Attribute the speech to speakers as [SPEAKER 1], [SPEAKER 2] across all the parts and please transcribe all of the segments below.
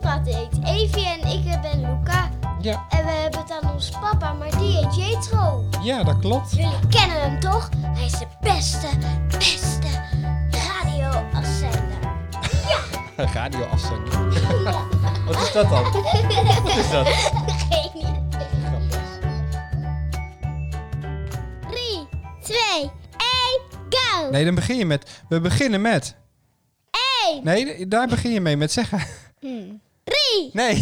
[SPEAKER 1] gaat eet. Evie en ik ben Luca.
[SPEAKER 2] Ja,
[SPEAKER 1] En we hebben het aan ons papa, maar die heet Jetro.
[SPEAKER 2] ja, dat klopt.
[SPEAKER 1] Jullie kennen hem toch? Hij is de beste, beste radioafzender.
[SPEAKER 2] Radioafzender. Wat is dat dan? Wat is dat?
[SPEAKER 1] Geen idee.
[SPEAKER 2] Grappig.
[SPEAKER 1] 3, 2, 1, go!
[SPEAKER 2] Nee, dan begin je met. We beginnen met.
[SPEAKER 1] Eén.
[SPEAKER 2] Nee, daar begin je mee met zeggen.
[SPEAKER 1] 3,
[SPEAKER 2] Nee.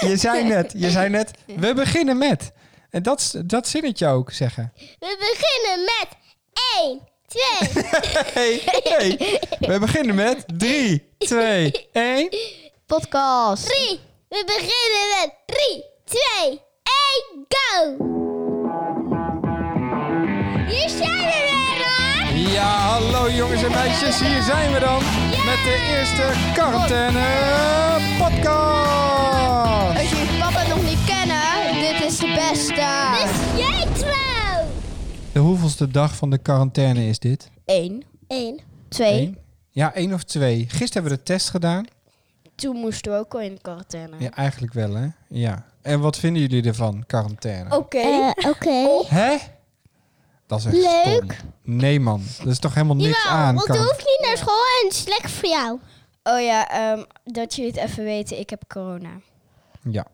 [SPEAKER 2] je zei net, je zei net. We beginnen met. En dat, is- dat zinnetje ook zeggen.
[SPEAKER 1] we beginnen met 1, 2,
[SPEAKER 2] Hey, hey. We beginnen met 3, 2, 1.
[SPEAKER 3] Podcast.
[SPEAKER 1] 3. We beginnen met 3, 2, 1, go! Hier zijn we weer hoor!
[SPEAKER 2] Ja, hallo jongens en meisjes, hier zijn we dan met de eerste quarantaine podcast.
[SPEAKER 3] Als je papa nog niet kennen, dit is de
[SPEAKER 1] Dit
[SPEAKER 3] beste.
[SPEAKER 1] is Jetro!
[SPEAKER 2] De hoeveelste dag van de quarantaine is dit?
[SPEAKER 3] 1,
[SPEAKER 1] 1.
[SPEAKER 3] 2.
[SPEAKER 2] Ja, één of twee. Gisteren hebben we de test gedaan.
[SPEAKER 3] Toen moesten we ook al in de quarantaine.
[SPEAKER 2] Ja, eigenlijk wel hè. Ja. En wat vinden jullie ervan, quarantaine?
[SPEAKER 3] Oké.
[SPEAKER 1] Eh, Oké.
[SPEAKER 2] Hè? Dat is echt
[SPEAKER 1] Leuk.
[SPEAKER 2] stom. Nee man, dat is toch helemaal niks aan.
[SPEAKER 1] want je
[SPEAKER 2] quarant-
[SPEAKER 1] hoeft niet naar school en het is lekker voor jou.
[SPEAKER 3] Oh ja, ehm, dat jullie het even weten, ik heb corona.
[SPEAKER 2] Ja.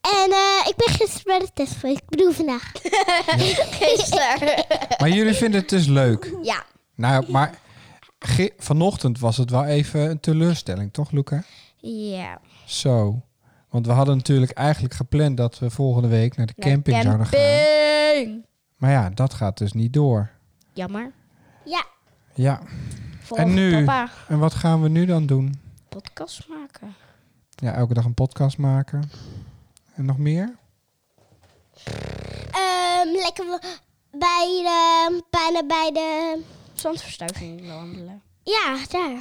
[SPEAKER 1] En eh, ik ben gisteren bij de test voor, ik bedoel vandaag.
[SPEAKER 3] Gisteren.
[SPEAKER 2] Maar jullie vinden het dus leuk.
[SPEAKER 3] ja.
[SPEAKER 2] Nou, maar ge- vanochtend was het wel even een teleurstelling, toch Luca?
[SPEAKER 3] Ja.
[SPEAKER 2] Zo. Want we hadden natuurlijk eigenlijk gepland dat we volgende week naar de camping, zouden gaan.
[SPEAKER 3] Camping.
[SPEAKER 2] Maar ja, dat gaat dus niet door.
[SPEAKER 3] Jammer.
[SPEAKER 1] Ja.
[SPEAKER 2] Ja.
[SPEAKER 3] Voor
[SPEAKER 2] En nu?
[SPEAKER 3] papa
[SPEAKER 2] En wat gaan we nu dan doen?
[SPEAKER 3] podcast maken.
[SPEAKER 2] Ja, elke dag een podcast maken. En nog meer?
[SPEAKER 1] Ehm, lekker wa- bij de, bijna bij de,
[SPEAKER 3] Zandverstuiving wandelen.
[SPEAKER 1] ja, daar.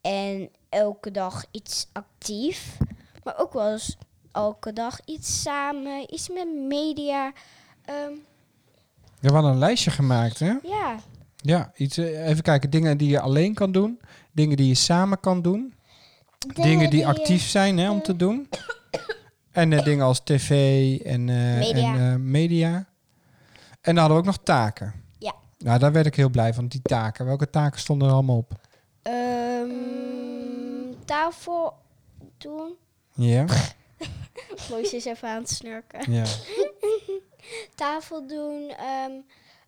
[SPEAKER 3] En elke dag iets actief. Maar ook wel eens elke dag iets samen, iets met media. Ehm,
[SPEAKER 2] Ja, we hadden een lijstje gemaakt, hè?
[SPEAKER 3] ja,
[SPEAKER 2] Ja, iets, eh, even kijken. Dingen die je alleen kan doen. Dingen die je samen kan doen. dingen die
[SPEAKER 1] eh,
[SPEAKER 2] actief zijn hè, om te doen. En eh, dingen als tv en, eh,
[SPEAKER 3] Media.
[SPEAKER 2] en eh, media. En dan hadden we ook nog taken.
[SPEAKER 3] Ja.
[SPEAKER 2] Nou, daar werd ik heel blij van, die taken. Welke taken stonden er allemaal op?
[SPEAKER 3] ehm, tafel doen.
[SPEAKER 2] Ja.
[SPEAKER 3] Lois is even aan het snurken.
[SPEAKER 2] ja.
[SPEAKER 3] Tafel doen. ehm,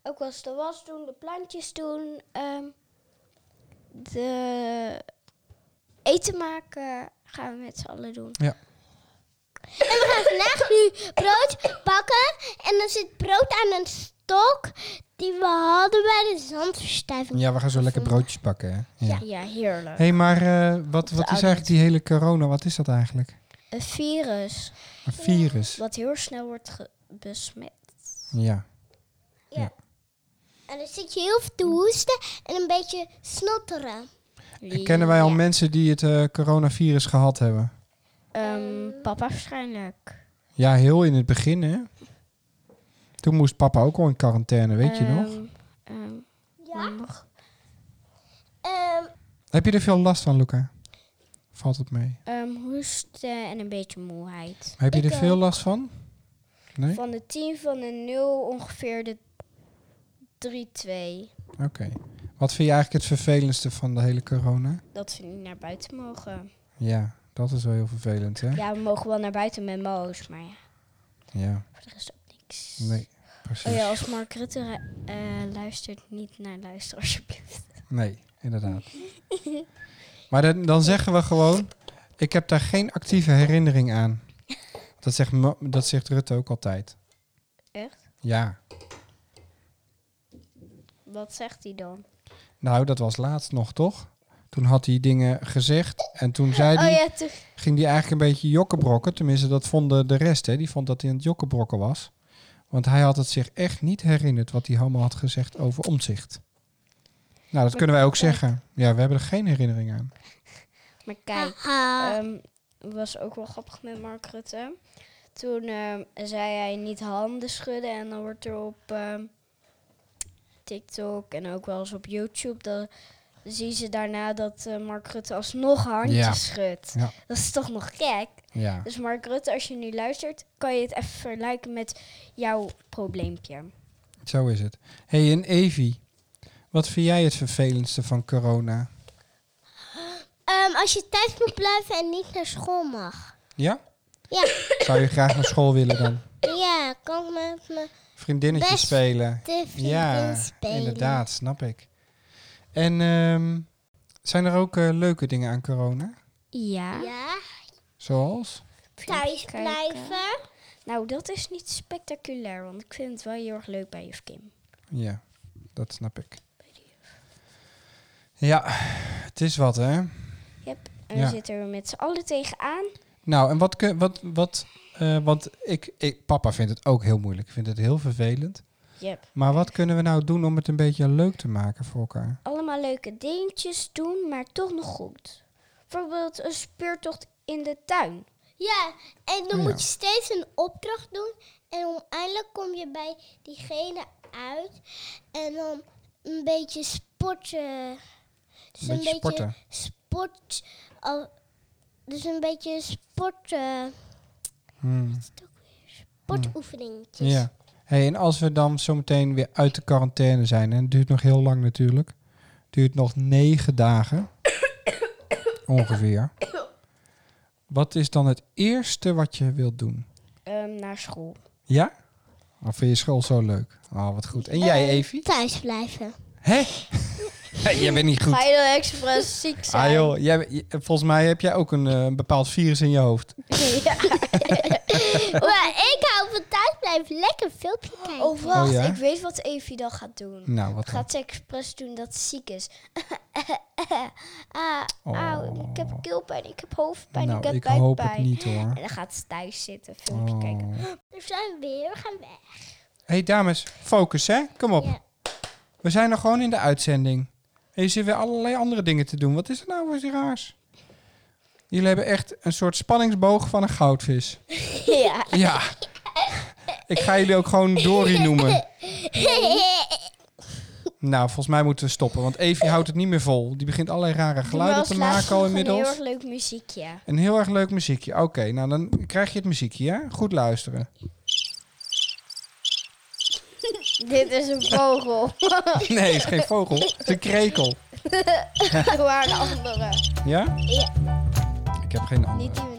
[SPEAKER 3] ook wel eens de was doen, de plantjes doen. ehm, de eten maken gaan we met z'n allen doen.
[SPEAKER 1] En we gaan vandaag nu brood bakken. En er zit brood aan een stok die we hadden bij de zandverstuiving.
[SPEAKER 2] ja, we gaan zo lekker broodjes bakken. Hè? Ja.
[SPEAKER 3] Ja, heerlijk.
[SPEAKER 2] Hé, hey, maar eh, wat, wat is eigenlijk die hele corona? Wat is dat eigenlijk?
[SPEAKER 3] Een virus.
[SPEAKER 2] Een virus.
[SPEAKER 3] Wat heel snel wordt ge- besmet.
[SPEAKER 2] Ja.
[SPEAKER 1] En dan zit je heel veel te hoesten en een beetje snotteren.
[SPEAKER 2] En Kennen wij al
[SPEAKER 3] Ja.
[SPEAKER 2] mensen die het eh, coronavirus gehad hebben?
[SPEAKER 3] Ehm, papa waarschijnlijk.
[SPEAKER 2] Ja, heel in het begin, hè? Toen moest papa ook al in quarantaine, weet je nog?
[SPEAKER 3] Ehm, ehm,
[SPEAKER 1] Ja.
[SPEAKER 3] nog?
[SPEAKER 1] ehm,
[SPEAKER 2] Heb je er veel last van, Luca? Valt het mee?
[SPEAKER 3] Ehm, hoesten en een beetje moeheid.
[SPEAKER 2] Heb je
[SPEAKER 1] Ik
[SPEAKER 2] er veel
[SPEAKER 1] ook.
[SPEAKER 2] last van? Nee?
[SPEAKER 3] Van de 10 van de 0 ongeveer de 3-2.
[SPEAKER 2] Oké. Wat vind je eigenlijk het vervelendste van de hele corona?
[SPEAKER 3] Dat we niet naar buiten mogen.
[SPEAKER 2] Ja, dat is wel heel vervelend, hè?
[SPEAKER 3] Ja, we mogen wel naar buiten met Moos, maar ja,
[SPEAKER 2] Ja.
[SPEAKER 3] voor de rest ook niks.
[SPEAKER 2] Nee,
[SPEAKER 3] Oh
[SPEAKER 2] precies.
[SPEAKER 3] ja, als Mark Rutte eh, luistert, niet naar luisteren alsjeblieft.
[SPEAKER 2] Nee, inderdaad. maar dan, dan zeggen we gewoon... Ik heb daar geen actieve herinnering aan. Dat zegt, Mo- dat zegt Rutte ook altijd.
[SPEAKER 3] Echt?
[SPEAKER 2] Ja.
[SPEAKER 3] Wat zegt hij dan?
[SPEAKER 2] Nou, dat was laatst nog, toch? Toen had hij dingen gezegd. En toen zei hij...
[SPEAKER 3] Oh ja, toen
[SPEAKER 2] ging hij eigenlijk een beetje jokkenbrokken. Tenminste, dat vonden de rest. Hè. Die vond dat hij aan het jokkenbrokken was. Want hij had het zich echt niet herinnerd wat hij allemaal had gezegd over omzicht. Nou, dat kunnen wij ook zeggen. Ja, we hebben er geen herinnering aan.
[SPEAKER 3] Maar kijk,
[SPEAKER 2] Ah.
[SPEAKER 1] Haha.
[SPEAKER 3] ehm, was ook wel grappig met Mark Rutte. Toen ehm, zei hij niet handen schudden en dan wordt er op ehm, TikTok en ook wel eens op YouTube dat, Dan zien ze daarna dat eh, Mark Rutte alsnog handjes
[SPEAKER 2] Ja.
[SPEAKER 3] schudt.
[SPEAKER 2] Ja.
[SPEAKER 3] Dat is toch nog gek?
[SPEAKER 2] Ja.
[SPEAKER 3] Dus Mark Rutte, als je nu luistert, kan je het even vergelijken met jouw probleempje.
[SPEAKER 2] Zo is het. hey, en Evi, wat vind jij het vervelendste van corona?
[SPEAKER 1] Ehm, als je thuis moet blijven en niet naar school mag.
[SPEAKER 2] Ja?
[SPEAKER 1] Ja,
[SPEAKER 2] Zou je graag naar school willen dan?
[SPEAKER 1] ja kan ik met mijn
[SPEAKER 2] Vriendinnetje
[SPEAKER 1] Best
[SPEAKER 2] spelen.
[SPEAKER 1] vriendin
[SPEAKER 2] Ja,
[SPEAKER 1] spelen.
[SPEAKER 2] inderdaad, snap ik. En ehm, zijn er ook eh, leuke dingen aan corona?
[SPEAKER 3] Ja.
[SPEAKER 1] Ja,
[SPEAKER 2] Zoals?
[SPEAKER 1] thuis
[SPEAKER 3] Kijken.
[SPEAKER 1] blijven.
[SPEAKER 3] Nou, dat is niet spectaculair, want ik vind het wel heel erg leuk bij juf Kim.
[SPEAKER 2] Ja, dat snap ik. Ja, het is wat hè.
[SPEAKER 3] Yep. En
[SPEAKER 2] Ja.
[SPEAKER 3] we zitten er met z'n allen tegenaan.
[SPEAKER 2] Nou, en wat kun wat, wat, eh, want ik, ik, papa vindt het ook heel moeilijk. Ik vind het heel vervelend.
[SPEAKER 3] Yep.
[SPEAKER 2] Maar wat kunnen we nou doen om het een beetje leuk te maken voor elkaar?
[SPEAKER 3] Allemaal leuke dingetjes doen, maar toch nog goed. Bijvoorbeeld een speurtocht in de tuin.
[SPEAKER 1] Ja, en dan
[SPEAKER 2] Ja.
[SPEAKER 1] moet je steeds een opdracht doen. En uiteindelijk kom je bij diegene uit. En dan een beetje sporten. Dus
[SPEAKER 2] Een beetje sporten.
[SPEAKER 1] sport. al- dus een beetje eh, sporten.
[SPEAKER 2] Hmm,
[SPEAKER 1] Sportoefeningetjes.
[SPEAKER 2] Ja. Hey, en als we dan zometeen weer uit de quarantaine zijn, en het duurt nog heel lang natuurlijk, het duurt nog negen dagen ongeveer. Wat is dan het eerste wat je wilt doen?
[SPEAKER 3] Ehm, naar school.
[SPEAKER 2] Ja? Of vind je school zo leuk? Oh, wat goed. En jij,
[SPEAKER 1] Eh,
[SPEAKER 2] Evie?
[SPEAKER 1] Thuis blijven.
[SPEAKER 2] Hé? jij bent niet goed.
[SPEAKER 3] Ga je dan expres ziek zijn?
[SPEAKER 2] Ah joh, jij, je- volgens mij heb jij ook een eh, een bepaald virus in je hoofd.
[SPEAKER 3] Ja.
[SPEAKER 1] maar ik hou van thuis blijven. Lekker filmpje kijken.
[SPEAKER 3] Oh wacht,
[SPEAKER 2] Oh, ja?
[SPEAKER 3] ik weet wat Evie dan gaat doen.
[SPEAKER 2] Nou, wat dan?
[SPEAKER 3] Gaat ze expres doen dat ze ziek is. ah,
[SPEAKER 2] Oh.
[SPEAKER 3] Auw, ik heb keelpijn, ik heb hoofdpijn,
[SPEAKER 2] nou,
[SPEAKER 3] ik heb
[SPEAKER 2] ik hoop het
[SPEAKER 3] buikpijn.
[SPEAKER 2] niet hoor.
[SPEAKER 3] En dan gaat ze thuis zitten, filmpje kijken.
[SPEAKER 2] Oh.
[SPEAKER 1] We zijn weer. We gaan weg.
[SPEAKER 2] hey, dames, focus hè, kom op.
[SPEAKER 1] Ja.
[SPEAKER 2] We zijn nog gewoon in de uitzending. En je zit weer allerlei andere dingen te doen. Wat is er nou voor iets raars? Jullie hebben echt een soort spanningsboog van een goudvis.
[SPEAKER 3] ja.
[SPEAKER 2] Ja. Ik ga jullie ook gewoon Dory noemen. Nou, volgens mij moeten we stoppen. Want Evie houdt het niet meer vol. Die begint allerlei rare geluiden te maken al
[SPEAKER 3] Een
[SPEAKER 2] inmiddels.
[SPEAKER 3] heel erg leuk muziekje.
[SPEAKER 2] Een heel erg leuk muziekje. Oké, nou dan krijg je het muziekje, hè? Goed luisteren.
[SPEAKER 3] Dit is een vogel. Oh.
[SPEAKER 2] Nee, het is geen vogel. Het is een krekel.
[SPEAKER 3] Waar de andere.
[SPEAKER 2] Ja?
[SPEAKER 3] Ja.
[SPEAKER 2] Ik heb geen andere.
[SPEAKER 3] Niet die we